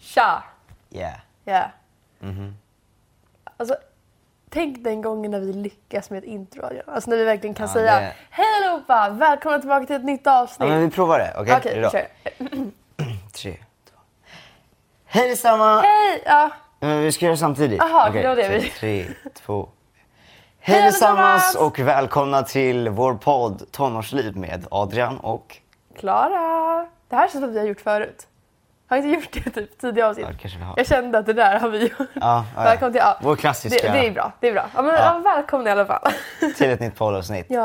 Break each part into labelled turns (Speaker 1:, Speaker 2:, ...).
Speaker 1: Tja!
Speaker 2: Yeah.
Speaker 1: Ja.
Speaker 2: Mhm.
Speaker 1: Alltså, tänk den gången när vi lyckas med ett intro. Adrian. Alltså när vi verkligen kan
Speaker 2: Ja,
Speaker 1: säga
Speaker 2: det-
Speaker 1: Hej allihopa! Välkomna tillbaka till ett nytt
Speaker 2: Ja,
Speaker 1: avsnitt.
Speaker 2: men vi provar det. Okej,
Speaker 1: Okej,
Speaker 2: Är det bra?
Speaker 1: kör.
Speaker 2: Tre, två. Hej detsamma!
Speaker 1: Hej! Ja.
Speaker 2: Men vi ska göra det samtidigt.
Speaker 1: Jaha,
Speaker 2: Okej,
Speaker 1: det var det vi-
Speaker 2: tre, tre, två. Hej
Speaker 1: allesammans!
Speaker 2: allesammans och välkomna till vår podd Tonårsliv med Adrian och...
Speaker 1: Klara! Det här känns som att vi har gjort förut. Har vi inte gjort det typ tidigare avsnitt?
Speaker 2: Ja, kanske vi har.
Speaker 1: Jag kände att det där har vi gjort.
Speaker 2: Ja, ja.
Speaker 1: Välkommen till... Ja.
Speaker 2: Vår klassiska-
Speaker 1: Det, det är bra. Det är bra. Ja, men, ja.
Speaker 2: Ja.
Speaker 1: välkomna i alla fall.
Speaker 2: Till ett nytt poddavsnitt.
Speaker 1: ja.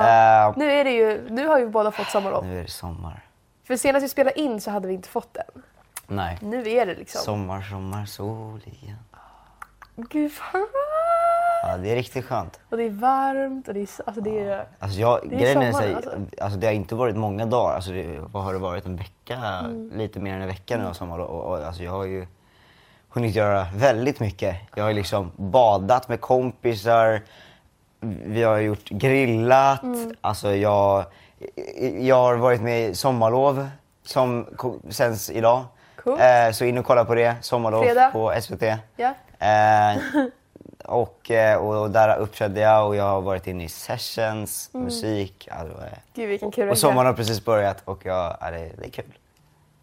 Speaker 2: Eh,
Speaker 1: Nu, är det ju, nu har ju båda fått sommarlov.
Speaker 2: nu är det sommar.
Speaker 1: För senast vi spelade in så hade vi inte fått den.
Speaker 2: Nej.
Speaker 1: Nu är det liksom...
Speaker 2: Sommar, sommar, sol igen.
Speaker 1: Gud vad
Speaker 2: Ja, det är riktigt skönt.
Speaker 1: Och det är varmt och det är... Alltså det är...
Speaker 2: Alltså jag,
Speaker 1: Det är
Speaker 2: grejen är
Speaker 1: sommar,
Speaker 2: såhär,
Speaker 1: alltså.
Speaker 2: alltså. det har inte varit många dagar. Alltså det, vad har det varit? En vecka?
Speaker 1: Mm.
Speaker 2: Lite mer än en vecka nu av sommar. Och, och, och, alltså jag har ju hunnit göra väldigt mycket. Jag har ju liksom badat med kompisar. Vi har gjort grillat.
Speaker 1: Mm.
Speaker 2: Alltså jag, jag har varit med i sommarlov som ko- sänds idag.
Speaker 1: Coolt.
Speaker 2: Eh, så in och kolla på det. Sommarlov
Speaker 1: Fredag.
Speaker 2: på SVT.
Speaker 1: Ja.
Speaker 2: Eh, och, eh, och där uppträdde jag och jag har varit inne i sessions,
Speaker 1: Mm.
Speaker 2: musik. Alltså, eh,
Speaker 1: Gud vilken kul
Speaker 2: och sommaren har precis börjat och jag, ja, det, det är kul.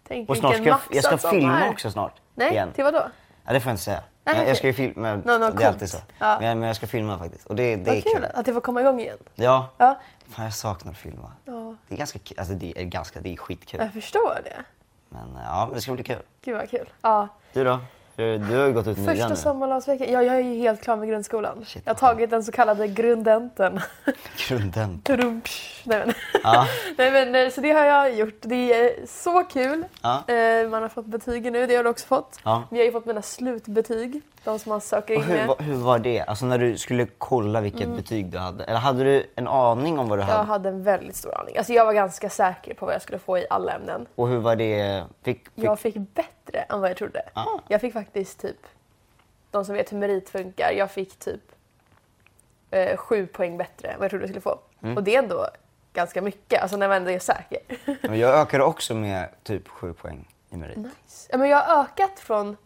Speaker 1: Tänk
Speaker 2: Och snart ska
Speaker 1: vilken
Speaker 2: jag, jag ska
Speaker 1: maxad
Speaker 2: filma
Speaker 1: sommar.
Speaker 2: också snart.
Speaker 1: Nej,
Speaker 2: igen.
Speaker 1: till vad då?
Speaker 2: Ja, det får jag inte säga.
Speaker 1: Nej,
Speaker 2: jag,
Speaker 1: okej.
Speaker 2: jag ska ju filma,
Speaker 1: Nå- något
Speaker 2: det är alltid så.
Speaker 1: coolt. Ja.
Speaker 2: Men, jag- men jag ska filma faktiskt och det, det är
Speaker 1: Vad
Speaker 2: kul.
Speaker 1: kul att det får komma igång igen.
Speaker 2: Ja.
Speaker 1: Ja.
Speaker 2: Fan jag saknar att filma.
Speaker 1: Ja.
Speaker 2: Det är ganska kul, alltså det är ganska, det är skitkul.
Speaker 1: Jag förstår det.
Speaker 2: Men eh, ja, men det ska bli kul.
Speaker 1: Gud vad kul. Ja.
Speaker 2: Du då? Du, du har ju gått ut nian
Speaker 1: Första
Speaker 2: nu.
Speaker 1: sommarlovsveckan. Ja, jag är ju helt klar med grundskolan.
Speaker 2: Shit,
Speaker 1: jag har
Speaker 2: vad skönt.
Speaker 1: tagit den så kallade grundenten.
Speaker 2: Grunden.
Speaker 1: Trumps. Nej men.
Speaker 2: Ja.
Speaker 1: Nej, men eh, så det har jag gjort. Det är eh, så kul.
Speaker 2: Ja.
Speaker 1: Eh, Man har fått betygen nu, det har du också fått.
Speaker 2: Ja.
Speaker 1: Vi har ju fått mina slutbetyg, de som man söker in
Speaker 2: Och hur,
Speaker 1: med.
Speaker 2: var- hur var det? Alltså när du skulle kolla vilket betyg du hade? Eller hade du en aning om vad du
Speaker 1: Mm. Jag
Speaker 2: hade?
Speaker 1: hade en väldigt stor aning. Alltså jag var ganska säker på vad jag skulle få i alla ämnen.
Speaker 2: Och hur var det? Fick, fick...
Speaker 1: Jag fick bättre än vad jag trodde.
Speaker 2: Ah.
Speaker 1: Jag fick faktiskt typ, de som vet hur merit funkar, jag fick typ eh, sju poäng bättre än vad jag trodde jag skulle få.
Speaker 2: Mm.
Speaker 1: Och det är ändå ganska mycket, alltså när man ändå är säker.
Speaker 2: Men jag ökade också med typ sju poäng i merit.
Speaker 1: Ja, men jag har ökat från...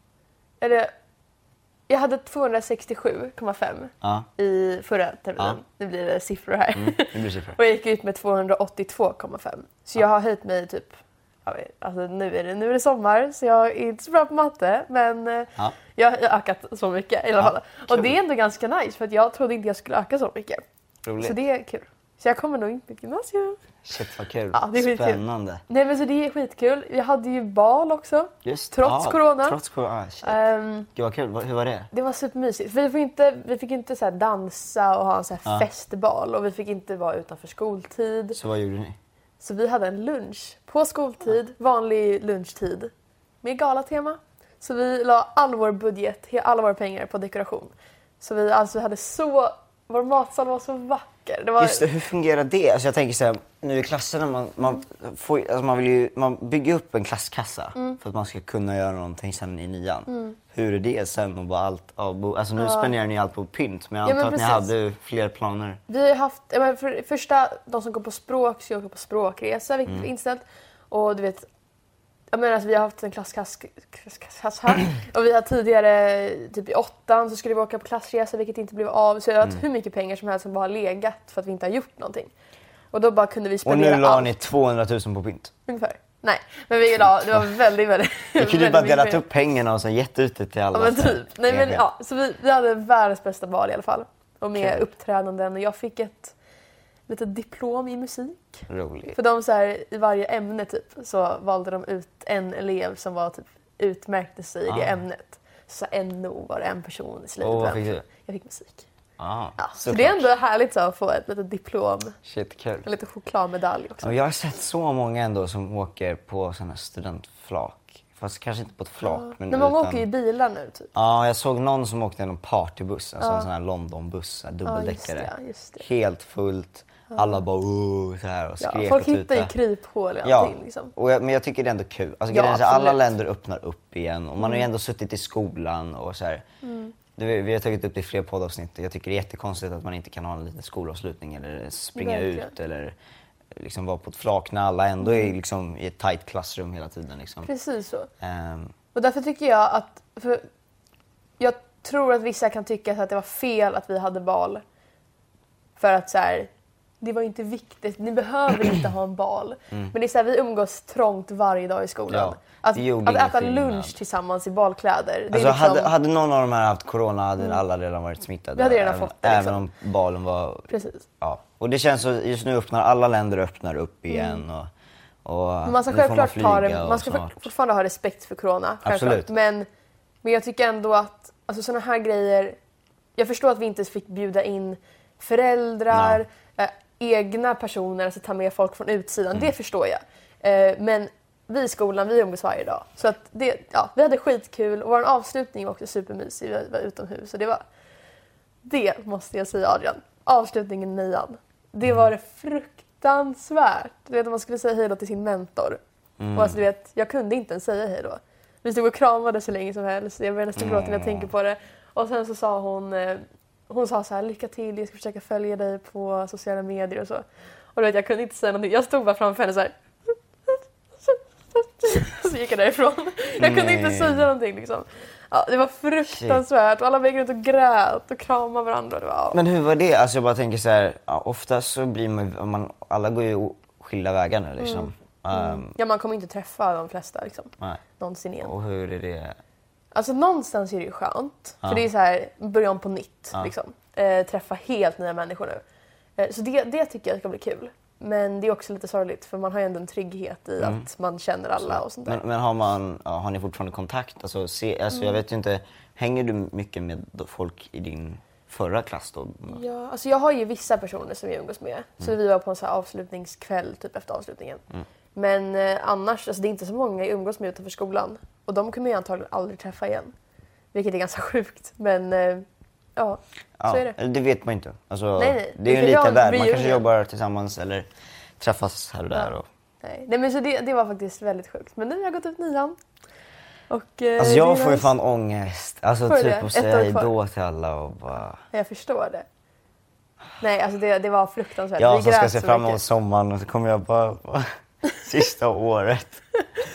Speaker 1: Eller, jag hade 267,5
Speaker 2: Ja.
Speaker 1: i förra terminen.
Speaker 2: Ja.
Speaker 1: Nu blir det siffror här.
Speaker 2: det blir siffror.
Speaker 1: och jag gick ut med 282,5. Så jag har höjt mig typ... ja, Alltså nu är, det, nu är det sommar så jag är inte så bra på matte men eh,
Speaker 2: Ja.
Speaker 1: jag har ökat så mycket i alla
Speaker 2: Ja,
Speaker 1: fall. Och det är ändå ganska nice för att jag trodde inte jag skulle öka så mycket.
Speaker 2: Roligt.
Speaker 1: Så det är kul. Så jag kommer nog in på ett gymnasium.
Speaker 2: Shit vad kul.
Speaker 1: Ja, det är skitkul.
Speaker 2: Spännande.
Speaker 1: Nej men så det är skitkul. Jag hade ju bal också. trots
Speaker 2: ja,
Speaker 1: corona.
Speaker 2: Trots corona. Ah, shit.
Speaker 1: Ehm,
Speaker 2: Gud vad kul. Vad- Hur var det?
Speaker 1: Det var supermysigt. Vi fick inte, vi fick inte så här dansa och ha en så här
Speaker 2: Ja.
Speaker 1: festbal och vi fick inte vara utanför skoltid.
Speaker 2: Så vad gjorde ni?
Speaker 1: Så vi hade en lunch på skoltid, vanlig lunchtid, med galatema. Så vi la all vår budget, he- alla våra pengar på dekoration. Så vi alltså vi hade så, vår matsal var så vacker. Det var,
Speaker 2: Just det, hur fungerar det? Alltså jag tänker så här, nu i klasserna, man, man, får, ju- alltså man, vill ju, man bygger upp en klasskassa
Speaker 1: Mm.
Speaker 2: för att man ska kunna göra någonting sen i nian. Hur är det sen och bara allt avbo? Alltså nu spenderar ni allt på pynt men jag
Speaker 1: Ja,
Speaker 2: antar
Speaker 1: men
Speaker 2: att ni
Speaker 1: precis.
Speaker 2: hade fler planer.
Speaker 1: Vi har ju haft, ja, men för, första, de som går på språk ska åka på språkresa vilket
Speaker 2: Mm.
Speaker 1: är inställt. Och du vet, jag menar alltså, vi har haft en klasskass klass, klass, klass här. Och vi har tidigare, typ i åttan, så skulle vi åka på klassresa vilket inte blev av. Så jag har
Speaker 2: Mm.
Speaker 1: haft hur mycket pengar som helst som bara har legat för att vi inte har gjort någonting. Och då bara kunde vi
Speaker 2: Och nu
Speaker 1: spendera
Speaker 2: la
Speaker 1: allt
Speaker 2: ni 200 000 på pynt.
Speaker 1: ungefär. Nej, men vi la, det var väldigt, väldigt...
Speaker 2: Ni kunde ju
Speaker 1: väldigt
Speaker 2: bara
Speaker 1: mycket
Speaker 2: delat
Speaker 1: pengar.
Speaker 2: upp pengarna och sen gett ut det till alla.
Speaker 1: Ja men
Speaker 2: så här.
Speaker 1: typ. Nej, men, ja, så vi, vi hade världens bästa val i alla fall. Och med
Speaker 2: Kul.
Speaker 1: uppträdanden och jag fick ett litet diplom i musik.
Speaker 2: Roligt.
Speaker 1: För de så här, i varje ämne typ så valde de ut en elev som var typ utmärkte sig i det
Speaker 2: Ah.
Speaker 1: ämnet. Så NO var det en person i slutet.
Speaker 2: Och vad
Speaker 1: på den.
Speaker 2: fick du?
Speaker 1: Jag fick musik.
Speaker 2: Ah,
Speaker 1: Ja, så
Speaker 2: såklart.
Speaker 1: det är ändå härligt så, att få ett litet diplom,
Speaker 2: Shit, kul.
Speaker 1: en liten chokladmedalj också.
Speaker 2: Ja, Jag har sett så många ändå som åker på sådana här studentflak. Fast kanske inte på ett flak. Men
Speaker 1: Men många
Speaker 2: utan...
Speaker 1: åker ju i bilar nu typ.
Speaker 2: Ja, jag såg någon som åkte i någon partybuss, alltså en sån här Londonbuss, en dubbeldäckare.
Speaker 1: Ja, just det, just det.
Speaker 2: Helt fullt, alla bara "Ooh", så här och
Speaker 1: Ja,
Speaker 2: skrek
Speaker 1: folk
Speaker 2: och
Speaker 1: hittar ju
Speaker 2: tutade.
Speaker 1: kryphål i
Speaker 2: Ja,
Speaker 1: allting liksom.
Speaker 2: och jag, men jag tycker det är ändå kul. Alltså,
Speaker 1: Ja,
Speaker 2: grejen är så här, alla
Speaker 1: absolut. Mm.
Speaker 2: länder öppnar upp igen och man har ju ändå suttit i skolan och så här. Du, vi har tagit upp det i fler poddavsnitt och jag tycker det är jättekonstigt att man inte kan ha en liten skolavslutning eller springa
Speaker 1: Verkligen. Mm.
Speaker 2: ut eller liksom vara på ett flak när alla ändå är liksom i ett tight klassrum hela tiden. Liksom.
Speaker 1: Precis så.
Speaker 2: Ehm,
Speaker 1: Och därför tycker jag att... För jag tror att vissa kan tycka så att det var fel att vi hade bal. För att så här, det var inte viktigt. Ni behöver inte ha en bal. Men det är så här, vi umgås trångt varje dag i skolan.
Speaker 2: Mm. Ja,
Speaker 1: att
Speaker 2: det gjorde
Speaker 1: att
Speaker 2: ingen
Speaker 1: äta
Speaker 2: skillnad.
Speaker 1: lunch tillsammans i balkläder. Det
Speaker 2: Alltså,
Speaker 1: är liksom,
Speaker 2: hade, hade någon av de här haft corona hade alla redan varit smittade.
Speaker 1: Vi hade redan
Speaker 2: även,
Speaker 1: fått det, liksom.
Speaker 2: även om balen var...
Speaker 1: Precis.
Speaker 2: Ja. Och det känns så, just nu öppnar alla länder öppnar upp igen. Och, och
Speaker 1: Mm. Man ska
Speaker 2: nu får
Speaker 1: självklart ta
Speaker 2: flyga
Speaker 1: det,
Speaker 2: och
Speaker 1: man ska
Speaker 2: snart.
Speaker 1: for- fortfarande ha respekt för corona. självklart.
Speaker 2: Absolut.
Speaker 1: Men, men jag tycker ändå att alltså, sådana här grejer... Jag förstår att vi inte fick bjuda in föräldrar, eh, egna personer, alltså ta med folk från utsidan. Det förstår jag. Eh, men vi i skolan, vi umgås varje dag. Så att det, ja, vi hade skitkul och vår avslutning var också supermysig. Vi var utomhus. Så det, var, det måste jag säga Adrian. Avslutningen i nian. Det var fruktansvärt. Du vet, man skulle säga hej då till sin mentor.
Speaker 2: Mm.
Speaker 1: Och alltså, du vet, jag kunde inte ens säga hej då. Vi stod och kramade så länge som helst. Jag börjar nästan gråta när jag tänker på det. Och sen så sa hon, eh, hon sa så här, lycka till, jag ska försöka följa dig på sociala medier och så. Och du vet, jag kunde inte säga någonting. Jag stod bara framför henne så här. Så gick jag därifrån. Jag kunde inte
Speaker 2: Nej.
Speaker 1: säga någonting liksom. Ja, det var fruktansvärt och alla gick runt och grät och kramade varandra. Det var, ja.
Speaker 2: Men hur var det? Alltså jag bara tänker så här, ja, oftast så blir man, om man alla går ju o- skilda vägar nu liksom.
Speaker 1: Mm.
Speaker 2: Ehm,
Speaker 1: ja, man kommer inte träffa de flesta liksom.
Speaker 2: nej.
Speaker 1: Någonsin igen.
Speaker 2: Och hur är det?
Speaker 1: Alltså någonstans är det ju skönt. För det är så här, börja om på nytt. Liksom. Eh, träffa helt nya människor nu. Eh, så det, det tycker jag ska bli kul. Men det är också lite sorgligt för man har ju ändå en trygghet i att man känner alla och sånt där.
Speaker 2: Men, men har, man, ja, har ni fortfarande kontakt? Alltså, se, alltså jag
Speaker 1: Mm.
Speaker 2: vet ju inte, hänger du mycket med d- folk i din förra klass då?
Speaker 1: Ja, alltså jag har ju vissa personer som jag umgås med. Så vi var på en så här avslutningskväll typ efter avslutningen. Men eh, annars, alltså det är inte så många jag umgås med utanför skolan. Och de kommer jag antagligen aldrig träffa igen. Vilket är ganska sjukt. Men eh, ja,
Speaker 2: Ja,
Speaker 1: så är det.
Speaker 2: eller det vet man ju inte. Alltså,
Speaker 1: Nej, nej.
Speaker 2: Det är ju en
Speaker 1: Vi kan ju ha en
Speaker 2: liten värld. Man kanske
Speaker 1: reunion.
Speaker 2: jobbar tillsammans eller träffas här och där. Och,
Speaker 1: Nej, Nej men så det, det var faktiskt väldigt sjukt. Men nu har jag gått ut nian. Och, eh, det
Speaker 2: Alltså
Speaker 1: är
Speaker 2: jag får ju
Speaker 1: nice.
Speaker 2: fan ångest. Alltså
Speaker 1: Får du
Speaker 2: typ
Speaker 1: det?
Speaker 2: att
Speaker 1: Ett
Speaker 2: säga
Speaker 1: år
Speaker 2: hej
Speaker 1: kvar.
Speaker 2: då till alla och bara...
Speaker 1: Jag förstår det. Nej, alltså det, det var fruktansvärt.
Speaker 2: Jag
Speaker 1: Vi
Speaker 2: som alltså, ska
Speaker 1: grät
Speaker 2: se
Speaker 1: så
Speaker 2: fram
Speaker 1: mycket.
Speaker 2: emot sommaren och så kommer jag bara... Sista året.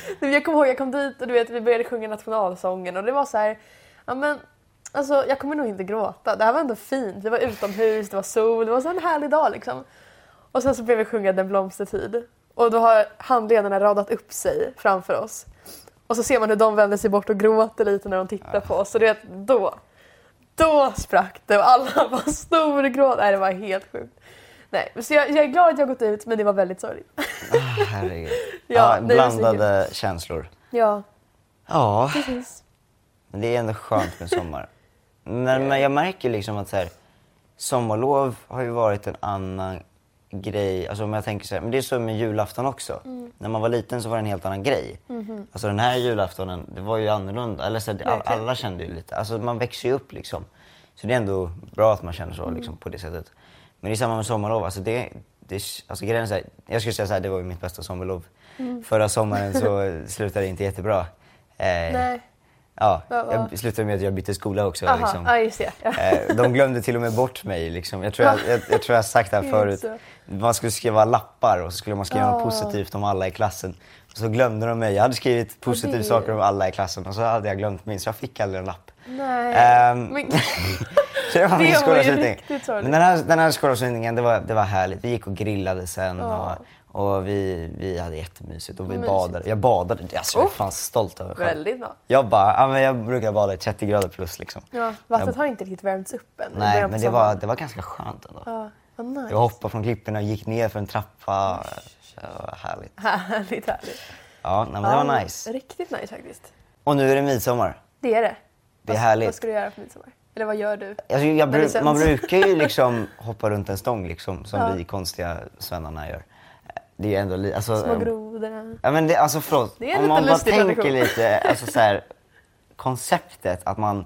Speaker 1: Nej, men Jag kommer ihåg, jag kom dit och du vet, vi började sjunga nationalsången och det var så här, ja men alltså jag kommer nog inte gråta. Det här var ändå fint. Det var utomhus, det var sol, det var så en härlig dag liksom. Och sen så blev vi sjunga Den blomstertid och då har handledarna radat upp sig framför oss. Och så ser man hur de vänder sig bort och gråter lite när de tittar på oss. Och du vet, då, då sprack det och alla var storgråt. Nej, det var helt sjukt. Nej, så jag, jag är glad att jag har gått ut men det var väldigt sorgligt.
Speaker 2: Ah, herregud.
Speaker 1: Ja,
Speaker 2: ja,
Speaker 1: nej, det är så
Speaker 2: blandade känslor.
Speaker 1: Ja,
Speaker 2: Ja,
Speaker 1: precis.
Speaker 2: men det är ändå skönt med sommar. Men, men jag märker liksom att så här, sommarlov har ju varit en annan grej. Alltså om jag tänker så här, men det är så med julafton också.
Speaker 1: Mm.
Speaker 2: När man var liten så var det en helt annan grej. Alltså den här julaftonen, det var ju annorlunda. Eller så här, all,
Speaker 1: Mm-hmm. Verkligen.
Speaker 2: alla kände ju lite, alltså man växer ju upp liksom. Så det är ändå bra att man känner så
Speaker 1: Mm.
Speaker 2: liksom, på det sättet. Men det är samma med sommarlov. Alltså det, det, alltså grejen är så här, jag skulle säga så här, det var ju mitt bästa sommarlov.
Speaker 1: Mm.
Speaker 2: Förra sommaren så slutade det inte jättebra. Eh,
Speaker 1: Nej.
Speaker 2: Ja,
Speaker 1: Vad var-
Speaker 2: jag slutade med att jag bytte skola också.
Speaker 1: Aha,
Speaker 2: Liksom.
Speaker 1: ja, just det. Ja.
Speaker 2: Eh, De glömde till och med bort mig. Liksom. Jag, tror jag, jag, jag tror jag har sagt det här
Speaker 1: Det är
Speaker 2: förut.
Speaker 1: så.
Speaker 2: Man skulle skriva lappar och så skulle man skriva något
Speaker 1: Ah.
Speaker 2: positivt om alla i klassen. Och så glömde de mig. Jag hade skrivit positiva
Speaker 1: det-
Speaker 2: saker om alla i klassen och så hade jag glömt min så jag fick aldrig en lapp.
Speaker 1: Nej.
Speaker 2: Ehm,
Speaker 1: Men,
Speaker 2: så det
Speaker 1: Det
Speaker 2: var min
Speaker 1: var ju
Speaker 2: skolavslutning.
Speaker 1: riktigt sorgligt.
Speaker 2: Men den här, den här skolavslutningen, det var, det var härligt. Vi gick och grillade sen
Speaker 1: Ja.
Speaker 2: och, och vi, vi hade jättemysigt och vi
Speaker 1: Ah. Mysigt.
Speaker 2: badade. Jag badade. Alltså, jag är
Speaker 1: Oh.
Speaker 2: fan stolt över mig själv.
Speaker 1: väldigt bra.
Speaker 2: Jag bara, ja, men jag brukar bada i 30 grader plus liksom.
Speaker 1: Ja, vattnet har inte riktigt värmts upp än. i början
Speaker 2: Nej,
Speaker 1: på
Speaker 2: men det var,
Speaker 1: sommaren.
Speaker 2: det var ganska skönt ändå.
Speaker 1: Ja, vad nice.
Speaker 2: Jag hoppade från klipporna och gick ner för en trappa. Det var härligt.
Speaker 1: Härligt, härligt.
Speaker 2: Ja, nej, men det var nice.
Speaker 1: Riktigt nice faktiskt.
Speaker 2: Och nu är det midsommar.
Speaker 1: Det är det.
Speaker 2: Det är
Speaker 1: vad,
Speaker 2: härligt.
Speaker 1: Vad ska du göra på midsommar? Eller vad gör du?
Speaker 2: Alltså, jag
Speaker 1: När det
Speaker 2: bru-
Speaker 1: sänds.
Speaker 2: man brukar ju liksom hoppa runt en stång liksom, som
Speaker 1: Ja.
Speaker 2: vi konstiga svennarna gör. Det är ju ändå... Li- alltså,
Speaker 1: Små
Speaker 2: eh,
Speaker 1: grodorna.
Speaker 2: Ja, men det, alltså förlåt,
Speaker 1: Det är en
Speaker 2: om man
Speaker 1: lite
Speaker 2: bara
Speaker 1: lustig
Speaker 2: tänker
Speaker 1: tradition.
Speaker 2: lite, alltså så här, konceptet att man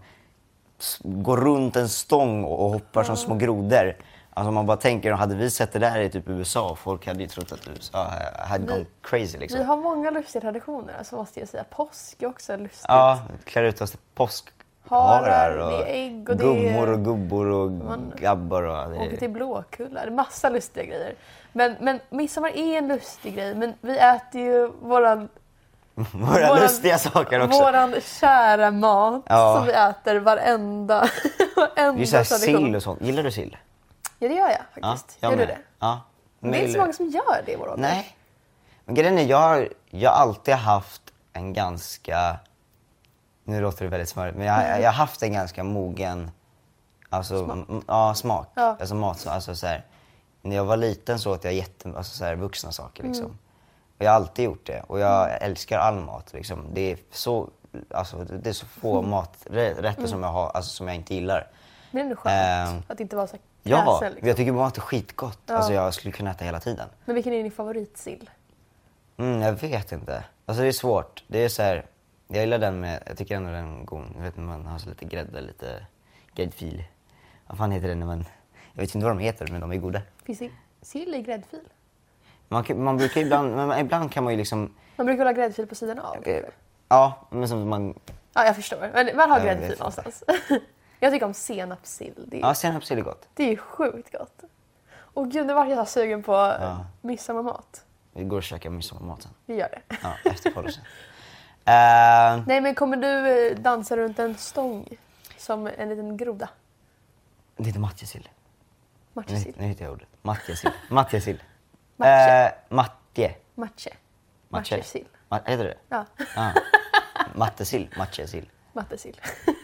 Speaker 2: s- går runt en stång och och hoppar som små grodor. Alltså om man bara tänker, hade vi sett det där i typ USA, folk hade ju trott att USA hade gone crazy
Speaker 1: Vi
Speaker 2: liksom.
Speaker 1: har många lustiga traditioner, alltså måste jag säga. Påsk är också lustigt.
Speaker 2: Ja, klär ut oss till påskharar
Speaker 1: Harar,
Speaker 2: och,
Speaker 1: det är ägg och det är-
Speaker 2: gummor och gubbor och
Speaker 1: Man-
Speaker 2: grabbar och... Det
Speaker 1: Åka till Blåkulla. Det är massa lustiga grejer. Men, men midsommar är en lustig grej. Men vi äter ju våran
Speaker 2: Våra
Speaker 1: Våran-
Speaker 2: lustiga saker också.
Speaker 1: Våran kära mat
Speaker 2: Ja.
Speaker 1: som vi äter varenda, varenda
Speaker 2: Det är såhär
Speaker 1: tradition.
Speaker 2: sill och sånt. Gillar du sill?
Speaker 1: Ja det gör jag faktiskt.
Speaker 2: jag
Speaker 1: gör du
Speaker 2: med.
Speaker 1: det?
Speaker 2: Ja.
Speaker 1: Det är inte så
Speaker 2: Gillar-
Speaker 1: många som gör det i vår ålder.
Speaker 2: Nej. Men grejen är, jag har, jag har alltid haft en ganska... Nu låter det väldigt smörigt, men jag, jag har haft en ganska mogen alltså, smak. M, ja, smak.
Speaker 1: Ja.
Speaker 2: Alltså mat. Alltså, så här, när jag var liten så åt jag jätte, alltså, så här, vuxna saker. Liksom. Och jag har alltid gjort det och jag älskar all mat. Liksom. Det, är så, alltså, det är så få maträtter som, jag har, alltså, som jag inte gillar.
Speaker 1: Men det är ändå skönt
Speaker 2: Ehm,
Speaker 1: att inte vara så här
Speaker 2: Ja,
Speaker 1: kräsen. Liksom.
Speaker 2: jag tycker mat är skitgott. Alltså, jag skulle kunna äta hela tiden.
Speaker 1: Men vilken är din favoritsill?
Speaker 2: Mm, jag vet inte. Alltså det är svårt. Det är så här, jag gillar den med, jag tycker ändå den är god. Jag vet när man har så lite grädde, lite gräddfil. Vad fan heter den när man, jag vet inte vad de heter men de är goda.
Speaker 1: Finns det sill i gräddfil?
Speaker 2: Man, kan- man brukar ibland, men man, ibland kan man ju liksom,
Speaker 1: Man brukar väl ha gräddfil på sidan av?
Speaker 2: eh, ja men som man,
Speaker 1: Ja, jag förstår. Men man har
Speaker 2: Jag
Speaker 1: gräddfil
Speaker 2: vet
Speaker 1: någonstans. jag tycker om senapssill. Det är,
Speaker 2: ja senapssill är gott.
Speaker 1: det är sjukt gott. Och gud, nu vart jag så sugen på ja. midsommarmat.
Speaker 2: Vi går och käkar midsommarmat sen.
Speaker 1: Vi gör det.
Speaker 2: Ja, efter podden sen. Eh,
Speaker 1: Nej, men kommer du eh, dansa runt en stång som en liten groda?
Speaker 2: det heter matjessill. Nu,
Speaker 1: Matjessill?
Speaker 2: nu hittar jag ordet. Matjessill. Matjessill.
Speaker 1: Matje.
Speaker 2: Eh, Matje.
Speaker 1: Matche?
Speaker 2: Matje.
Speaker 1: Matjessill?
Speaker 2: Ma- heter det
Speaker 1: Ja,
Speaker 2: Ah. Mattesill, matjessill.
Speaker 1: mattesill.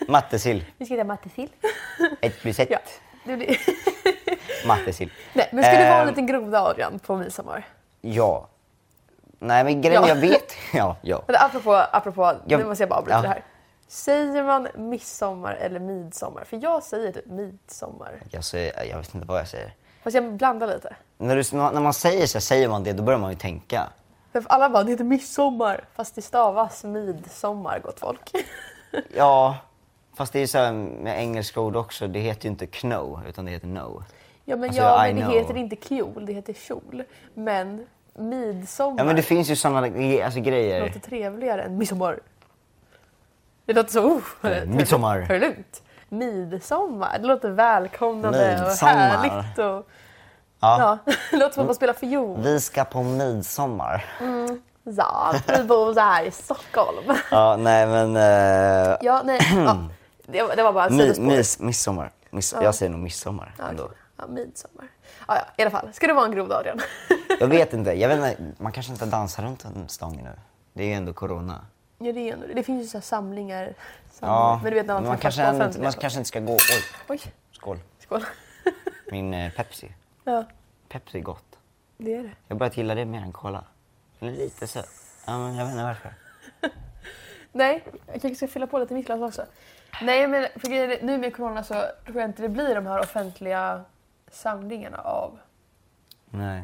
Speaker 2: Mattesill,
Speaker 1: Vi ska heta mattesill.
Speaker 2: ett plus ett.
Speaker 1: Ja, det blir...
Speaker 2: Mattesill.
Speaker 1: Nej, men ska du vara en
Speaker 2: Ehm,
Speaker 1: liten groda Adrian på midsommar?
Speaker 2: Ja. Nej men grejen
Speaker 1: Ja.
Speaker 2: jag vet... Ja, ja.
Speaker 1: Eller apropå, apropå
Speaker 2: Ja,
Speaker 1: nu måste jag bara avbryta
Speaker 2: ja.
Speaker 1: det här. Säger man midsommar eller midsommar? För jag säger typ midsommar.
Speaker 2: Jag, säger, jag vet inte vad jag säger.
Speaker 1: Fast jag blandar lite.
Speaker 2: När, du, när man säger så, här, säger man det, då börjar man ju tänka.
Speaker 1: För alla bara, det heter midsommar. Fast det stavas midsommar, gott folk.
Speaker 2: Ja, fast det är ju så här med engelska ord också. Det heter ju inte know, utan det heter no.
Speaker 1: ja, men,
Speaker 2: Alltså,
Speaker 1: ja,
Speaker 2: I
Speaker 1: men det
Speaker 2: know.
Speaker 1: heter inte kjol, det heter kjol. Men midsommar
Speaker 2: Ja men det finns ju sådana alltså, grejer.
Speaker 1: låter trevligare än midsommar. Det låter så... Oh,
Speaker 2: Eh, midsommar.
Speaker 1: Hör det lugnt. Midsommar. Det låter välkomnande
Speaker 2: Midsommar.
Speaker 1: och härligt. Och, ja. det låter som att man spelar fiol.
Speaker 2: Vi ska på midsommar.
Speaker 1: Ja, vi bor så här i Stockholm.
Speaker 2: Ja, nej men... eh,
Speaker 1: Ja, nej, ja. Det, var- det var bara ett
Speaker 2: mi,
Speaker 1: sidospår.
Speaker 2: mis, midsommar. Mis, Jag säger nog midsommar
Speaker 1: Ja,
Speaker 2: ändå.
Speaker 1: okej. ja, midsommar. Ja, ja, i alla fall. Ska det vara en grov dag, Adrian?
Speaker 2: Jag vet inte. Jag vet inte. Man kanske inte dansar runt en stång nu. Det är ju ändå corona.
Speaker 1: ja, det, är ändå, det. det finns ju så här samlingar. samlingar.
Speaker 2: Ja,
Speaker 1: Men du vet när man,
Speaker 2: man,
Speaker 1: träffas
Speaker 2: kanske
Speaker 1: på
Speaker 2: ändå inte,
Speaker 1: offentliga-
Speaker 2: man kanske inte ska gå... Oj,
Speaker 1: Oj,
Speaker 2: skål.
Speaker 1: skål.
Speaker 2: Min eh, Pepsi.
Speaker 1: ja,
Speaker 2: Pepsi är gott.
Speaker 1: det är det.
Speaker 2: Jag har börjat gilla det mer än cola. Den är lite söt. Ja, men jag vet inte varför.
Speaker 1: Nej, jag kanske ska fylla på lite i mitt glas också. Nej, men för grejen är, nu med corona så tror jag inte det blir de här offentliga samlingarna av
Speaker 2: Nej.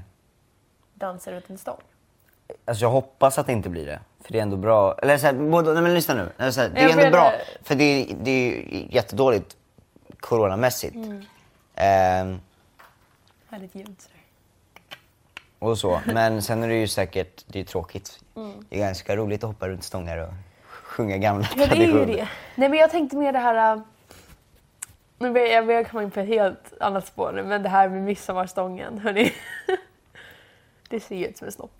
Speaker 1: danser runt en stång.
Speaker 2: Alltså jag hoppas att det inte blir det. För det är ändå bra. Eller så här, både, nej men lyssna nu. Eller så här, det
Speaker 1: Jag
Speaker 2: är ändå
Speaker 1: menar-
Speaker 2: bra. För det är, det är ju jättedåligt coronamässigt.
Speaker 1: Mm.
Speaker 2: Ehm,
Speaker 1: Härligt ljud. sådär.
Speaker 2: och så. Men sen är det ju säkert, det är ju tråkigt. Det är ganska roligt att hoppa runt stångar och sjunga gamla
Speaker 1: Mm. Ja, det är ju
Speaker 2: traditioner.
Speaker 1: det. Nej, men jag tänkte mer det här... äh, Nu börjar jag, jag börjar komma in på ett helt annat spår nu, men det här med midsommarstången, hörni. Det ser ju ut som en snopp.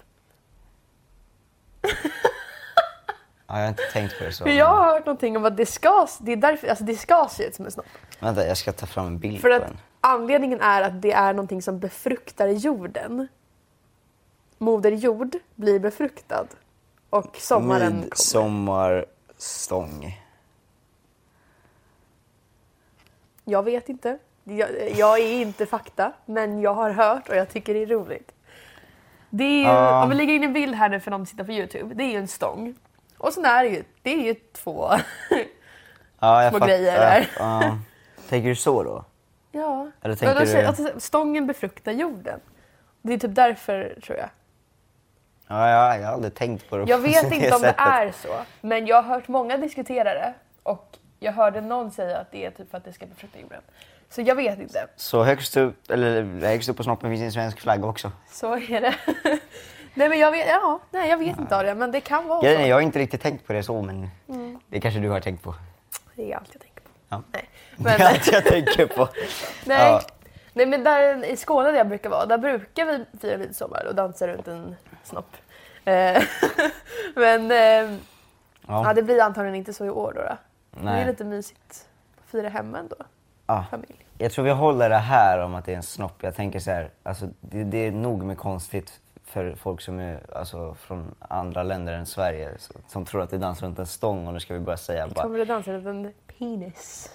Speaker 2: Ja, jag har inte tänkt på det så.
Speaker 1: För jag har hört någonting om att det ska, det är därför, alltså det ska se ut som en snopp.
Speaker 2: Vänta, jag ska ta fram en bild
Speaker 1: För
Speaker 2: på
Speaker 1: att
Speaker 2: den.
Speaker 1: anledningen är att det är någonting som befruktar jorden. Moder jord blir befruktad. Och sommaren kommer.
Speaker 2: Midsommarstång.
Speaker 1: Jag vet inte. Jag, jag är inte fakta, men jag har hört och jag tycker det är roligt. Det är ju,
Speaker 2: Ja.
Speaker 1: Om vi lägger in en bild här nu för de som tittar på Youtube. Det är ju en stång. Och sen är det ju, det är ju två.
Speaker 2: Ja, jag
Speaker 1: Små
Speaker 2: fatt-
Speaker 1: grejer
Speaker 2: ja,
Speaker 1: där.
Speaker 2: ja. tänker du så då?
Speaker 1: ja.
Speaker 2: Eller tänker
Speaker 1: Men då säger-
Speaker 2: du-
Speaker 1: alltså, stången befruktar jorden. Det är typ därför, tror jag.
Speaker 2: Ja, jag, jag har aldrig tänkt på det
Speaker 1: Jag
Speaker 2: på
Speaker 1: vet inte om det
Speaker 2: sättet.
Speaker 1: är så, men jag har hört många diskutera det. Och jag hörde någon säga att det är typ för att det ska befrukta jorden. Så jag vet inte.
Speaker 2: Så högst upp, eller högst upp på snoppen finns en svensk flagga också.
Speaker 1: Så är det. nej men jag vet, ja, nej, jag vet inte Adrian, men det kan vara
Speaker 2: Jag,
Speaker 1: så.
Speaker 2: jag har inte riktigt tänkt på det så, men
Speaker 1: Mm.
Speaker 2: det kanske du har tänkt på.
Speaker 1: Det är allt jag tänker på.
Speaker 2: Ja.
Speaker 1: Nej.
Speaker 2: Det
Speaker 1: Men,
Speaker 2: är allt jag tänker på.
Speaker 1: nej.
Speaker 2: Ja.
Speaker 1: nej, men där i Skåne där jag brukar vara, där brukar vi fira midsommar och dansa runt en snopp. Eh, Men eh,
Speaker 2: Ja.
Speaker 1: ja. det blir antagligen inte så i år då. då. Men Det
Speaker 2: Nej.
Speaker 1: är lite mysigt att fira hemma ändå.
Speaker 2: Ja.
Speaker 1: Familj.
Speaker 2: Jag tror vi håller det här om att det är en snopp. Jag tänker så här, alltså, det, det är nog med konstigt för folk som är alltså, från andra länder än Sverige så- som tror att det dansar runt en stång och nu ska vi börja säga bara
Speaker 1: Kommer du dansa med en penis?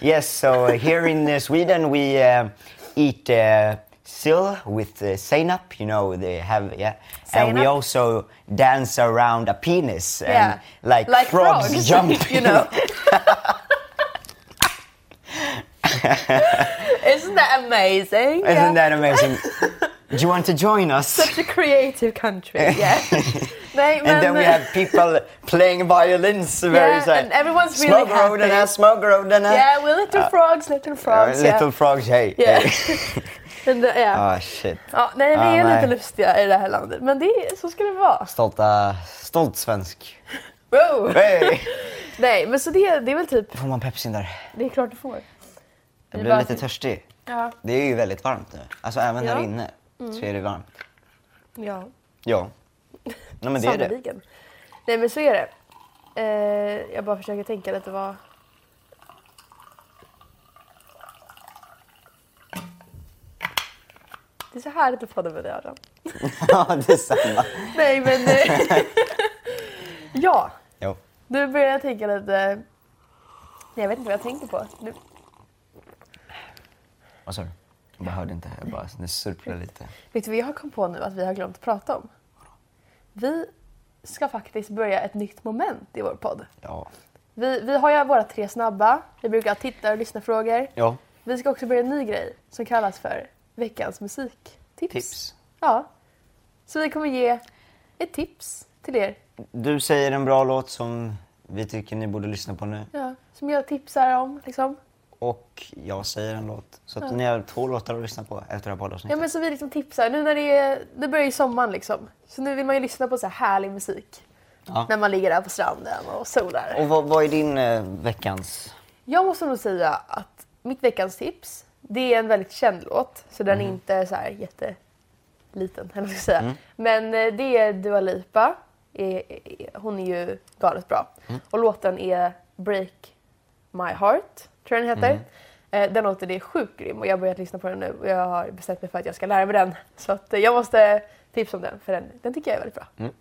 Speaker 2: Yes, so here in uh, Sweden we uh, eat uh, sill with uh, senap, you know they have, yeah. And we
Speaker 1: Senap.
Speaker 2: also dance around a penis and like, frogs, jump.
Speaker 1: you know. Isn't that amazing?
Speaker 2: Isn't that amazing? Do you want to join us?
Speaker 1: Such a creative country, yeah. Nej, men,
Speaker 2: And then we have uh, people playing violins very
Speaker 1: Yeah,
Speaker 2: sad.
Speaker 1: and everyone's really
Speaker 2: smoke road and
Speaker 1: happy.
Speaker 2: a smoke road and a
Speaker 1: Yeah, we're little frogs, little frogs. yeah.
Speaker 2: uh,
Speaker 1: uh,
Speaker 2: little frogs hey.
Speaker 1: Yeah.
Speaker 2: hey.
Speaker 1: Men det- ja.
Speaker 2: Ah shit.
Speaker 1: Ja, nej, vi
Speaker 2: Ja,
Speaker 1: är
Speaker 2: nej.
Speaker 1: lite lustiga i det här landet, men det är, så ska det vara.
Speaker 2: Stolta, eh, stolt svensk.
Speaker 1: Wow.
Speaker 2: Hey.
Speaker 1: Nej, men så det, det är väl typ,
Speaker 2: Får man pepsin där?
Speaker 1: det är klart du får.
Speaker 2: Jag
Speaker 1: Vi
Speaker 2: blev
Speaker 1: bara-
Speaker 2: lite törstig.
Speaker 1: Ja.
Speaker 2: Det är ju väldigt varmt nu. Alltså även här
Speaker 1: Ja. Mm.
Speaker 2: inne så är det varmt.
Speaker 1: Ja.
Speaker 2: Ja. Nej men det är det.
Speaker 1: Sannoliken. Nej men så är det. Eh, jag bara försöker tänka lite vad... Det är så härligt att podda med dig Adam.
Speaker 2: Ja, detsamma.
Speaker 1: Nej men... Eh, ja,
Speaker 2: Jo.
Speaker 1: nu börjar jag tänka lite... Jag vet inte vad jag tänker på. Nu,
Speaker 2: Vad sa du? Jag bara hörde inte. Jag bara det surplade lite.
Speaker 1: vet du vad jag har kom på nu att vi har glömt prata om? Vi ska faktiskt börja ett nytt moment i vår podd.
Speaker 2: Ja.
Speaker 1: Vi, vi har ju våra tre snabba. Vi brukar ha tittar och lyssnarfrågor.
Speaker 2: Ja.
Speaker 1: Vi ska också börja en ny grej som kallas för veckans musiktips.
Speaker 2: Tips.
Speaker 1: Ja. Så vi kommer ge ett tips till er
Speaker 2: Du säger en bra låt som vi tycker ni borde lyssna på nu.
Speaker 1: ja, som jag tipsar om. Liksom.
Speaker 2: och jag säger en låt. Så att ni har två låtar att lyssna på efter det här
Speaker 1: Ja,
Speaker 2: poddavsnittet.
Speaker 1: men så vi liksom tipsar. Nu när det, är, det börjar ju sommaren liksom. Så nu vill man ju lyssna på så här härlig musik.
Speaker 2: Ja.
Speaker 1: När man ligger där på stranden och solar.
Speaker 2: Och vad, vad är din eh, veckans...
Speaker 1: Jag måste nog säga att mitt veckans tips, det är en väldigt känd låt. Så den
Speaker 2: Mhm.
Speaker 1: är inte så här jätteliten, eller vad jag ska säga.
Speaker 2: Mm.
Speaker 1: Men eh, det är Dua Lipa. Eh, eh, Hon är ju galet bra.
Speaker 2: Mm.
Speaker 1: Och låten är Break My Heart, tror jag den
Speaker 2: Mm.
Speaker 1: heter. Eh, Den låten är sjukt grym och jag har börjat lyssna på den nu och jag har bestämt mig för att jag ska lära mig den. Så att eh, jag måste tipsa om den för den, den tycker jag är väldigt bra.
Speaker 2: Mm.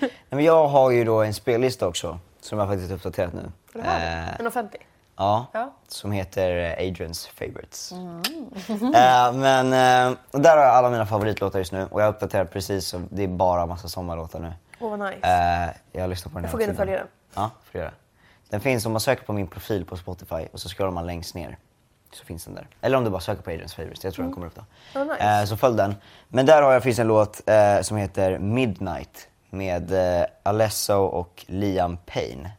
Speaker 2: Nej, men jag har ju då en spellista också som jag faktiskt uppdaterat nu.
Speaker 1: För det har
Speaker 2: Eh,
Speaker 1: du. En offentlig.
Speaker 2: ja,
Speaker 1: Ja.
Speaker 2: Som heter eh, Adrians Favorites. Eh, men eh, och där har jag alla mina favoritlåtar just nu och jag har uppdaterat precis så det är bara massa sommarlåtar nu.
Speaker 1: Åh vad nice.
Speaker 2: Eh, jag lyssnar på den
Speaker 1: Jag
Speaker 2: hela
Speaker 1: får gå in och
Speaker 2: tiden.
Speaker 1: följa den.
Speaker 2: Ja, får göra. Den finns om man söker på min profil på Spotify och så scrollar man längst ner. Så finns den där. Eller om du bara söker på Adrians Favorites, jag tror den kommer upp då.
Speaker 1: Mm. Vad nice.
Speaker 2: Eh, så följ den. Men där har jag, finns en låt eh, som heter Midnight med eh, Alesso och Liam Payne.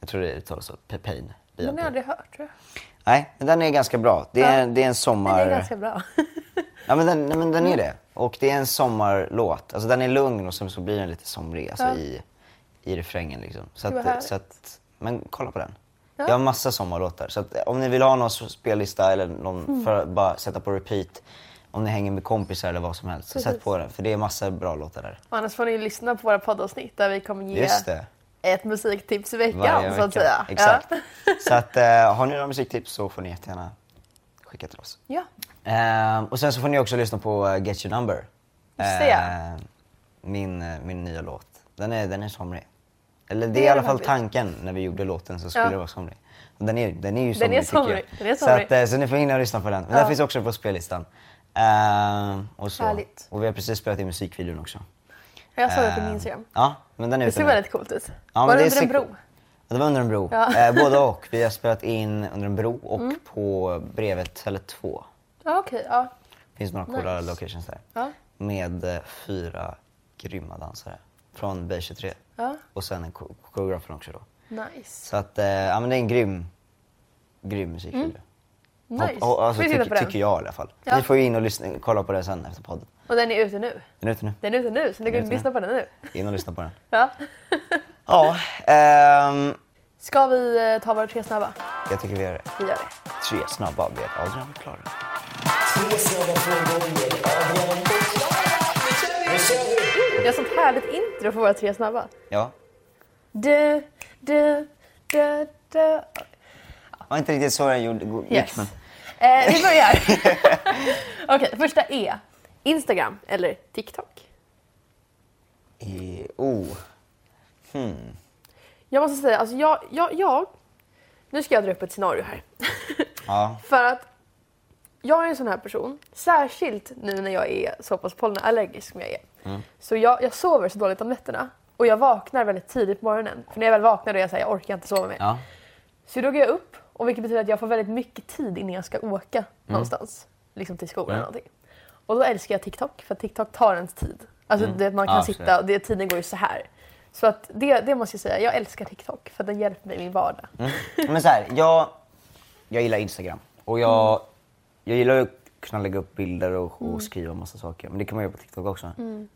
Speaker 2: Jag tror det uttalas så, P- Payne.
Speaker 1: Mm. Den
Speaker 2: Liam
Speaker 1: har jag
Speaker 2: Payne.
Speaker 1: aldrig hört tror jag.
Speaker 2: Nej, men den är ganska bra. Det är,
Speaker 1: Ja.
Speaker 2: det är en sommar...
Speaker 1: Den är ganska bra.
Speaker 2: Ja men den, nej, men den är
Speaker 1: Mm.
Speaker 2: det. Och det är en sommarlåt. Alltså den är lugn och sen så blir den lite somrig alltså,
Speaker 1: Ja.
Speaker 2: i, i refrängen liksom. Så
Speaker 1: Gud, vad
Speaker 2: att,
Speaker 1: härligt.
Speaker 2: så att, men kolla på den.
Speaker 1: Ja.
Speaker 2: Jag har massa sommarlåtar. Så att, om ni vill ha någon spellista eller någon
Speaker 1: Mm.
Speaker 2: för att bara sätta på repeat. Om ni hänger med kompisar eller vad som helst, så
Speaker 1: Precis.
Speaker 2: sätt på den. För det är massa bra låtar där.
Speaker 1: Och annars får ni lyssna på våra poddavsnitt där vi kommer ge
Speaker 2: Just det.
Speaker 1: ett musiktips i
Speaker 2: Varje
Speaker 1: veckan så att
Speaker 2: vecka.
Speaker 1: säga.
Speaker 2: Exakt.
Speaker 1: Ja.
Speaker 2: Så att, eh, har ni några musiktips så får ni jättegärna skicka till oss.
Speaker 1: ja.
Speaker 2: Ehm, och sen så får ni också lyssna på eh, Get Your Number.
Speaker 1: Just det, ja.
Speaker 2: Ehm, min, eh, min nya låt. Den är, den är somrig. Eller det
Speaker 1: Det
Speaker 2: är i
Speaker 1: är
Speaker 2: alla
Speaker 1: den
Speaker 2: fall
Speaker 1: faktiskt.
Speaker 2: tanken när vi gjorde låten så skulle
Speaker 1: Ja.
Speaker 2: det vara somrig. Och den är, den är ju somrig,
Speaker 1: är
Speaker 2: tycker jag.
Speaker 1: somrig. Den är
Speaker 2: Så,
Speaker 1: somrig.
Speaker 2: att, eh, så ni får hinna och lyssna på den. Men
Speaker 1: Ja.
Speaker 2: den finns också på spellistan. Ehm, och, så.
Speaker 1: Härligt.
Speaker 2: och vi har precis spelat in musikvideon också.
Speaker 1: Jag såg det på
Speaker 2: Ehm,
Speaker 1: min Instagram.
Speaker 2: Ja, men den är
Speaker 1: Det
Speaker 2: ute
Speaker 1: ser
Speaker 2: nu.
Speaker 1: väldigt coolt ut.
Speaker 2: Ja,
Speaker 1: Var
Speaker 2: men
Speaker 1: det under
Speaker 2: är
Speaker 1: en
Speaker 2: säkert-
Speaker 1: bro?
Speaker 2: Ja, det var under en bro.
Speaker 1: Ja. Mm.
Speaker 2: Eh, både och. Vi har spelat in under en bro och på brevet Tele2.
Speaker 1: Ja, okej. Ja.
Speaker 2: finns några coola
Speaker 1: Nice.
Speaker 2: locations där.
Speaker 1: Ja.
Speaker 2: Med eh, fyra grymma dansare från B23.
Speaker 1: Ja.
Speaker 2: Och sen en ko- koreografen också då.
Speaker 1: Nice.
Speaker 2: Så att, eh, ja men det är en grym, grym musikvideo.
Speaker 1: Mm. Nice.
Speaker 2: Hopp- och- alltså,
Speaker 1: Får vi titta
Speaker 2: tyck-
Speaker 1: på den?
Speaker 2: tycker jag i alla fall.
Speaker 1: Ja.
Speaker 2: Ni får ju in och lyssna, kolla på det sen efter podden.
Speaker 1: Och den är ute nu.
Speaker 2: Den är ute nu.
Speaker 1: Den är ute nu så ni
Speaker 2: Den är
Speaker 1: kan
Speaker 2: ute nu.
Speaker 1: lyssna på den nu.
Speaker 2: In och lyssna på den.
Speaker 1: Ja.
Speaker 2: Ja, ehm,
Speaker 1: Ska vi eh, ta våra tre snabba?
Speaker 2: jag tycker vi gör det.
Speaker 1: Vi gör det.
Speaker 2: Tre snabba vet Adrian var klar.
Speaker 3: Nu kör vi!
Speaker 1: Vi har sånt härligt intro för våra tre snabba.
Speaker 2: Ja.
Speaker 1: Du, du, du, du.
Speaker 2: Var inte riktigt så den gjorde, gick
Speaker 1: Yes.
Speaker 2: men.
Speaker 1: Eh, vi börjar. Okej, första E. Instagram eller TikTok?
Speaker 2: I, oh.
Speaker 1: Jag måste säga, alltså jag, jag, jag... Nu ska jag dra upp ett scenario här.
Speaker 2: Ja.
Speaker 1: För att jag är en sån här person, särskilt nu när jag är så pass pollenallergisk som jag är. Så jag, jag sover så dåligt om nätterna och jag vaknar väldigt tidigt på morgonen. För när jag väl vaknar då är jag såhär, jag orkar inte sova mer.
Speaker 2: Ja.
Speaker 1: Så då går jag upp, och vilket betyder att jag får väldigt mycket tid innan jag ska åka någonstans. Liksom till skolan eller
Speaker 2: Ja.
Speaker 1: någonting. Och då älskar jag TikTok, för att TikTok tar ens tid. Alltså du vet, man kan
Speaker 2: Ja,
Speaker 1: sitta
Speaker 2: Mm. Ah, absolut.
Speaker 1: och det, tiden går ju så här. Så att det, det måste jag säga, jag älskar TikTok för att den hjälper mig i min vardag.
Speaker 2: Mm. Men så här, jag, jag gillar Instagram. Och jag, jag gillar ju att kunna lägga upp bilder och, och skriva massa saker. Men det kan man göra på TikTok också. Men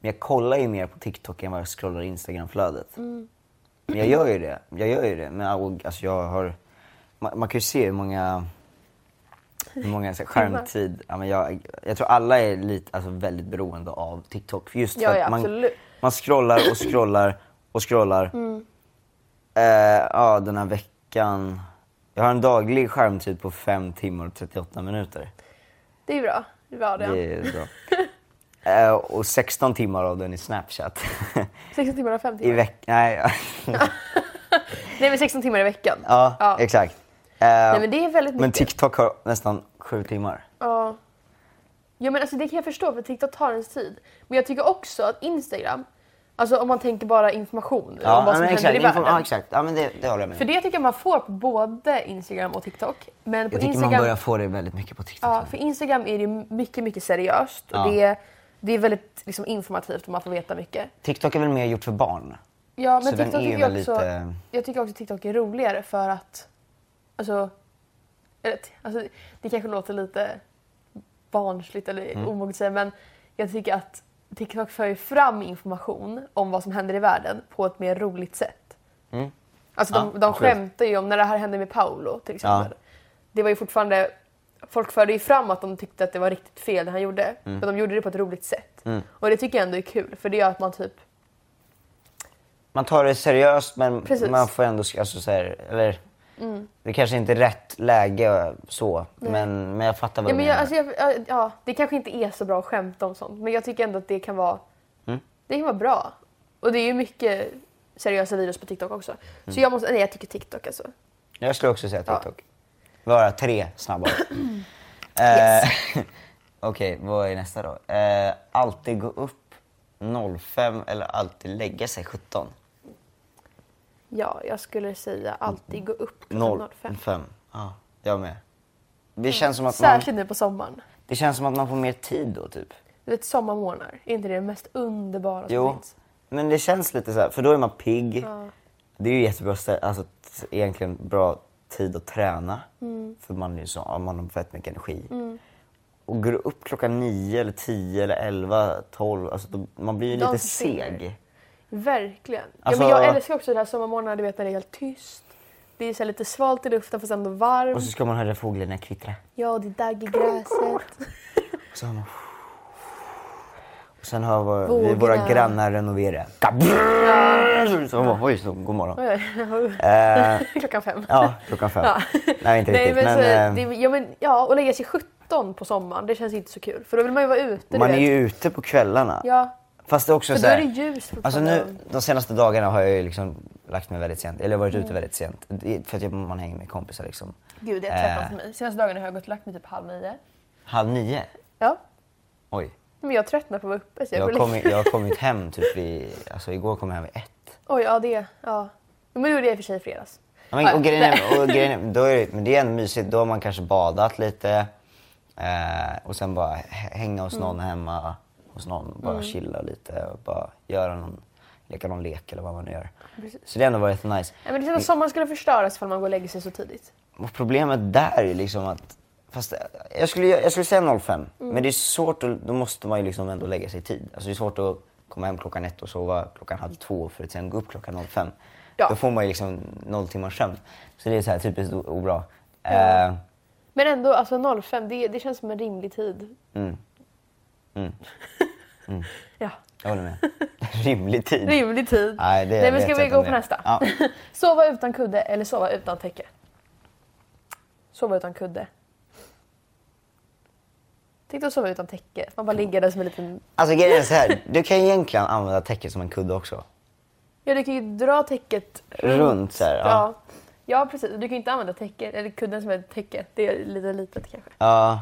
Speaker 2: jag kollar ju mer på TikTok än vad jag scrollar i Instagram-flödet. Men jag gör ju det. Jag gör ju det. Men jag, alltså jag har... Man, man kan ju se hur många... Hur många så här, skärmtid... Ja, men jag, jag tror alla är lite, alltså, väldigt beroende av TikTok. Just för
Speaker 1: Ja, ja,
Speaker 2: att man,
Speaker 1: absolut. Mm.
Speaker 2: man scrollar och scrollar och scrollar. Eh, ja, den här veckan. Jag har en daglig skärmtid på 5 timmar och 38 minuter.
Speaker 1: Det är ju bra i vardagen.
Speaker 2: Det är bra. Eh, och 16 timmar av den i Snapchat.
Speaker 1: 16 timmar och 5
Speaker 2: I
Speaker 1: timmar.
Speaker 2: veck... Nej,
Speaker 1: Nej men 16 timmar i veckan.
Speaker 2: ja, exakt. Eh,
Speaker 1: Nej men det är väldigt mycket.
Speaker 2: men TikTok har nästan 7 timmar.
Speaker 1: Ja. Ja men alltså det kan jag förstå för TikTok tar ens tid. Men jag tycker också att Instagram, alltså om man tänker bara information om vad som
Speaker 2: men
Speaker 1: händer
Speaker 2: exakt.
Speaker 1: i världen.
Speaker 2: Info- Ja, exakt. Ja, men det, det håller jag med
Speaker 1: För
Speaker 2: om.
Speaker 1: det tycker jag man får på både Instagram och TikTok. Men på
Speaker 2: Jag tycker
Speaker 1: Instagram,
Speaker 2: man börjar få det väldigt mycket på TikTok.
Speaker 1: ja, för Instagram är det ju mycket, mycket seriöst.
Speaker 2: Ja.
Speaker 1: Och det, är, det är väldigt liksom, informativt och man får veta mycket.
Speaker 2: TikTok är väl mer gjort för barn?
Speaker 1: Ja, men
Speaker 2: Så den
Speaker 1: TikTok
Speaker 2: är
Speaker 1: tycker
Speaker 2: väl
Speaker 1: jag också,
Speaker 2: lite-
Speaker 1: jag tycker också TikTok är roligare för att, alltså, eller, t- alltså det kanske låter lite barnsligt eller
Speaker 2: Mm.
Speaker 1: omoget att säga men jag tycker att TikTok för ju fram information om vad som händer i världen på ett mer roligt sätt. Alltså de,
Speaker 2: Mm. Ja,
Speaker 1: de
Speaker 2: absolut.
Speaker 1: skämtar ju om när det här hände med Paolo till exempel.
Speaker 2: Ja.
Speaker 1: Det var ju fortfarande, folk förde ju fram att de tyckte att det var riktigt fel det han gjorde.
Speaker 2: Mm.
Speaker 1: Men de gjorde det på ett roligt sätt. Och det tycker jag ändå är kul för det gör att man typ
Speaker 2: Man tar det seriöst men
Speaker 1: Precis.
Speaker 2: man får ändå... Alltså, så här, eller, Det kanske inte är rätt läge så, men, men jag fattar vad
Speaker 1: Ja,
Speaker 2: du
Speaker 1: men jag,
Speaker 2: menar.
Speaker 1: alltså jag, ja, ja, det kanske inte är så bra att skämta om sånt, men jag tycker ändå att det kan vara,
Speaker 2: Mm.
Speaker 1: det kan vara bra. Och det är ju mycket seriösa videos på TikTok också. Så jag måste, nej jag tycker TikTok alltså.
Speaker 2: Jag skulle också säga
Speaker 1: Ja.
Speaker 2: Mm. TikTok. Vara tre snabbare.
Speaker 1: Yes.
Speaker 2: Eh, Okej, vad är nästa då? Eh, alltid gå upp 05 eller alltid lägga sig 17?
Speaker 1: Ja, jag skulle säga alltid gå upp klockan
Speaker 2: 05.
Speaker 1: 05.
Speaker 2: Ja, jag med. Det känns, som att man,
Speaker 1: Mm. Särskilt nu på sommaren.
Speaker 2: det känns som att man får mer tid då, typ.
Speaker 1: Du vet sommarmorgnar, är inte det det mest underbara som
Speaker 2: Jo,
Speaker 1: finns?
Speaker 2: men det känns lite så här, för då är man pigg. Det är ju jättebra, stä- alltså t- egentligen bra tid att träna. För man är ju så, ja, man har fett mycket energi. Och går du upp klockan nio eller tio eller elva, tolv, alltså då, man blir ju
Speaker 1: Dagen
Speaker 2: lite
Speaker 1: försvinner.
Speaker 2: seg.
Speaker 1: Verkligen.
Speaker 2: Alltså-
Speaker 1: Ja, men jag älskar också det här sommarmorgnarna, du vet när det är helt tyst. Det är så här lite svalt i luften fast ändå
Speaker 2: Och
Speaker 1: varmt.
Speaker 2: så ska man höra fåglarna kvittra.
Speaker 1: Ja, och det är dagg i gräset.
Speaker 2: Och så hör man... Och sen hör vår- vi
Speaker 1: Vågorna.
Speaker 2: våra grannar renovera. Kabrrr! Så man, oj, så, god morgon. Eh,
Speaker 1: Klockan fem.
Speaker 2: ja, klockan fem.
Speaker 1: Ja.
Speaker 2: Nej, inte
Speaker 1: Nej,
Speaker 2: riktigt.
Speaker 1: men, så,
Speaker 2: men, eh,
Speaker 1: det, ja, men ja, och lägga sig 17 på sommaren, det känns inte så kul. För då vill man ju vara ute. du
Speaker 2: Man är
Speaker 1: vet.
Speaker 2: ju ute på kvällarna.
Speaker 1: Ja,
Speaker 2: Fast det är också
Speaker 1: för
Speaker 2: så
Speaker 1: då är
Speaker 2: här,
Speaker 1: det ljus
Speaker 2: Alltså
Speaker 1: fortfarande.
Speaker 2: nu, de senaste dagarna har jag ju liksom lagt mig väldigt sent, eller varit ute väldigt sent. Det- För att jag, man hänger med kompisar liksom.
Speaker 1: Mm. Gud, det är tvärtom
Speaker 2: Eh.
Speaker 1: för mig. Senaste dagarna har jag gått och lagt mig typ halv nio.
Speaker 2: Halv nio?
Speaker 1: Ja,
Speaker 2: Oj.
Speaker 1: men jag tröttnar på att vara uppe. Så jag
Speaker 2: Jag
Speaker 1: går
Speaker 2: har
Speaker 1: och lägger-
Speaker 2: kommit, jag har kommit hem typ vid, alltså igår kom jag hem vid ett.
Speaker 1: Oj, ja det. Ja. Men det gjorde jag i och för sig i fredags.
Speaker 2: Ja, Men, och grejen är, och grejen är, då är det, men det är ändå mysigt, då har man kanske badat lite. Eh, och sen bara h- hänga hos
Speaker 1: Mm.
Speaker 2: någon hemma, hos någon, bara chilla lite och bara göra någon, leka någon lek eller vad man nu gör. Så det har ändå varit nice.
Speaker 1: Ja, men det känns som att sommaren skulle förstöras om man går och lägger sig så tidigt.
Speaker 2: Och problemet där är ju liksom att... Fast jag skulle, jag skulle säga 05,
Speaker 1: Mm.
Speaker 2: men det är svårt att, då måste man ju liksom ändå lägga sig i tid. Alltså det är svårt att komma hem klockan ett och sova klockan halv två för att sen gå upp klockan 05.
Speaker 1: Ja.
Speaker 2: Då får man ju liksom noll timmars sömn. Så det är så här typiskt o- obra. Eh,
Speaker 1: Men ändå, alltså 05, det, det känns som en rimlig tid.
Speaker 2: Mm. Mm.
Speaker 1: ja,
Speaker 2: Jag håller med. Rimlig tid.
Speaker 1: Rimlig tid.
Speaker 2: Nej, det
Speaker 1: Nej, men
Speaker 2: vet
Speaker 1: ska
Speaker 2: jag
Speaker 1: vi
Speaker 2: inte
Speaker 1: gå
Speaker 2: om
Speaker 1: på
Speaker 2: det.
Speaker 1: nästa?
Speaker 2: Ja.
Speaker 1: Sova utan kudde eller sova utan täcke? Sova utan kudde. Tänk dig att sova utan täcke. Man bara ligger där som en liten...
Speaker 2: Alltså grejen är så här. du kan ju egentligen använda täcket som en kudde också.
Speaker 1: Ja, du kan ju dra täcket
Speaker 2: Runt så här. Ja.
Speaker 1: Ja. ja, precis. Du kan ju inte använda täcket, eller kudden som är ett täcke. Det är lite litet kanske.
Speaker 2: Ja.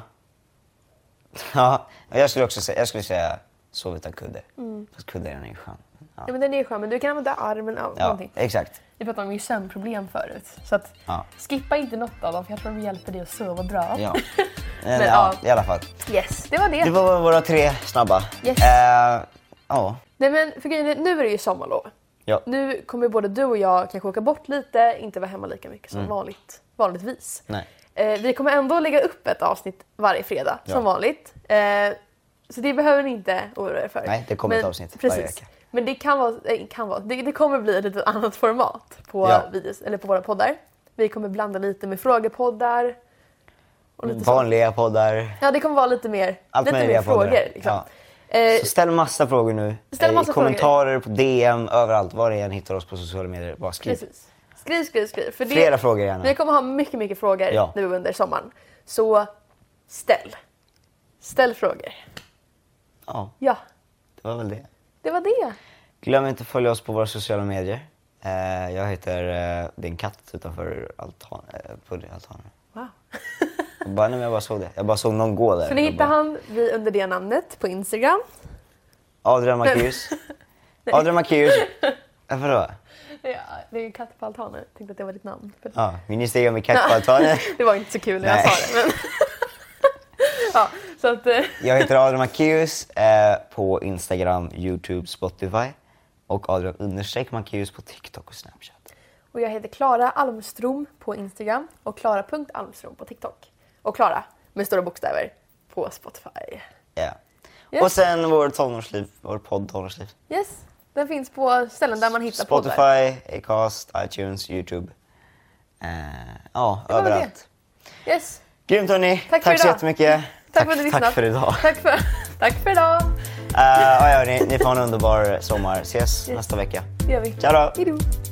Speaker 2: ja. Jag skulle också säga, jag skulle säga sov utan kudde.
Speaker 1: Mm.
Speaker 2: Fast kudde är ju skön. Ja.
Speaker 1: Ja, men den är skön, men du kan använda armen av
Speaker 2: ja,
Speaker 1: någonting.
Speaker 2: exakt.
Speaker 1: Vi pratade om ju sömnproblem förut. Så att
Speaker 2: Ja.
Speaker 1: skippa inte något av dem, för jag tror de hjälper dig att sova bra.
Speaker 2: Ja.
Speaker 1: Men,
Speaker 2: Men, ja,
Speaker 1: ja.
Speaker 2: i alla fall.
Speaker 1: Yes, det var det.
Speaker 2: Det var våra tre snabba.
Speaker 1: Yes.
Speaker 2: Eh, ja.
Speaker 1: Nej, men för grejen är, nu är det ju sommarlov.
Speaker 2: ja.
Speaker 1: Nu kommer både du och jag kanske åka bort lite, inte vara hemma lika mycket som
Speaker 2: Mm.
Speaker 1: vanligt, vanligtvis.
Speaker 2: Nej.
Speaker 1: Eh, vi kommer ändå lägga upp ett avsnitt varje fredag
Speaker 2: Ja.
Speaker 1: som vanligt. Eh, så det behöver ni inte oroa er för.
Speaker 2: Nej, det kommer ett avsnitt varje
Speaker 1: precis.
Speaker 2: vecka.
Speaker 1: Men det kan vara, eh, kan vara det, det kommer bli ett litet annat format på,
Speaker 2: Ja.
Speaker 1: videos, eller på våra poddar. Vi kommer blanda lite med frågepoddar. Och lite sånt.
Speaker 2: Vanliga poddar.
Speaker 1: Ja, det kommer vara lite mer,
Speaker 2: Allt
Speaker 1: lite mer
Speaker 2: möjliga poddar.
Speaker 1: frågor. Liksom. Eh,
Speaker 2: Så ställ massa frågor nu.
Speaker 1: Ställ
Speaker 2: Eh,
Speaker 1: massa
Speaker 2: Kommentarer på DM, överallt. Var ni än hittar oss på sociala medier. Bara skriv.
Speaker 1: precis. Skriv, skriv, skriv. För det-
Speaker 2: Flera frågor gärna.
Speaker 1: Vi kommer ha mycket, mycket frågor
Speaker 2: Ja.
Speaker 1: nu under sommaren. Så ställ. Ställ frågor.
Speaker 2: Ja,
Speaker 1: Ja,
Speaker 2: det var väl det.
Speaker 1: det var det.
Speaker 2: Glöm inte att följa oss på våra sociala medier. Eh, jag heter... Eh, det är en katt utanför altan, eh, på det- altanen.
Speaker 1: Wow.
Speaker 2: Jag bara, nej, men jag bara såg det. Jag bara såg någon gå där.
Speaker 1: Så ni
Speaker 2: Jag
Speaker 1: hittar
Speaker 2: bara,
Speaker 1: han vi under det namnet på Instagram.
Speaker 2: Adrian Marcus. Adrian Marcus. Ja, Vadå?
Speaker 1: Ja, det är katt på altanen. Jag tänkte att det var ditt namn. För-
Speaker 2: Ja, min Instagram är katt på altanen.
Speaker 1: det var inte så kul när
Speaker 2: Nej.
Speaker 1: jag sa det. Men... ja, så att, eh,
Speaker 2: Jag heter Adrian Macéus eh, på Instagram, Youtube, Spotify och Adrian understreck Macéus på TikTok och Snapchat.
Speaker 1: och jag heter Klara Almstrom på Instagram och klara.almstrom på TikTok. Och Klara med stora bokstäver på Spotify.
Speaker 2: Yeah.
Speaker 1: Yes.
Speaker 2: Och sen vår tonårsliv, vår podd Tonårsliv.
Speaker 1: Yes, den finns på ställen där man hittar poddar.
Speaker 2: Spotify, Acast, iTunes, Youtube. Eh, ja,
Speaker 1: var väl
Speaker 2: överallt.
Speaker 1: Yes.
Speaker 2: Grymt hörni!
Speaker 1: Tack för
Speaker 2: så
Speaker 1: idag.
Speaker 2: jättemycket.
Speaker 1: Tack, för att ni lyssnade.
Speaker 2: Tack för idag.
Speaker 1: Tack för, tack för idag.
Speaker 2: Eh, ja, ja, ni, ni får ha en underbar sommar. Ses nästa vecka.
Speaker 1: Det gör vi.
Speaker 2: Ciao då!
Speaker 1: Hejdå.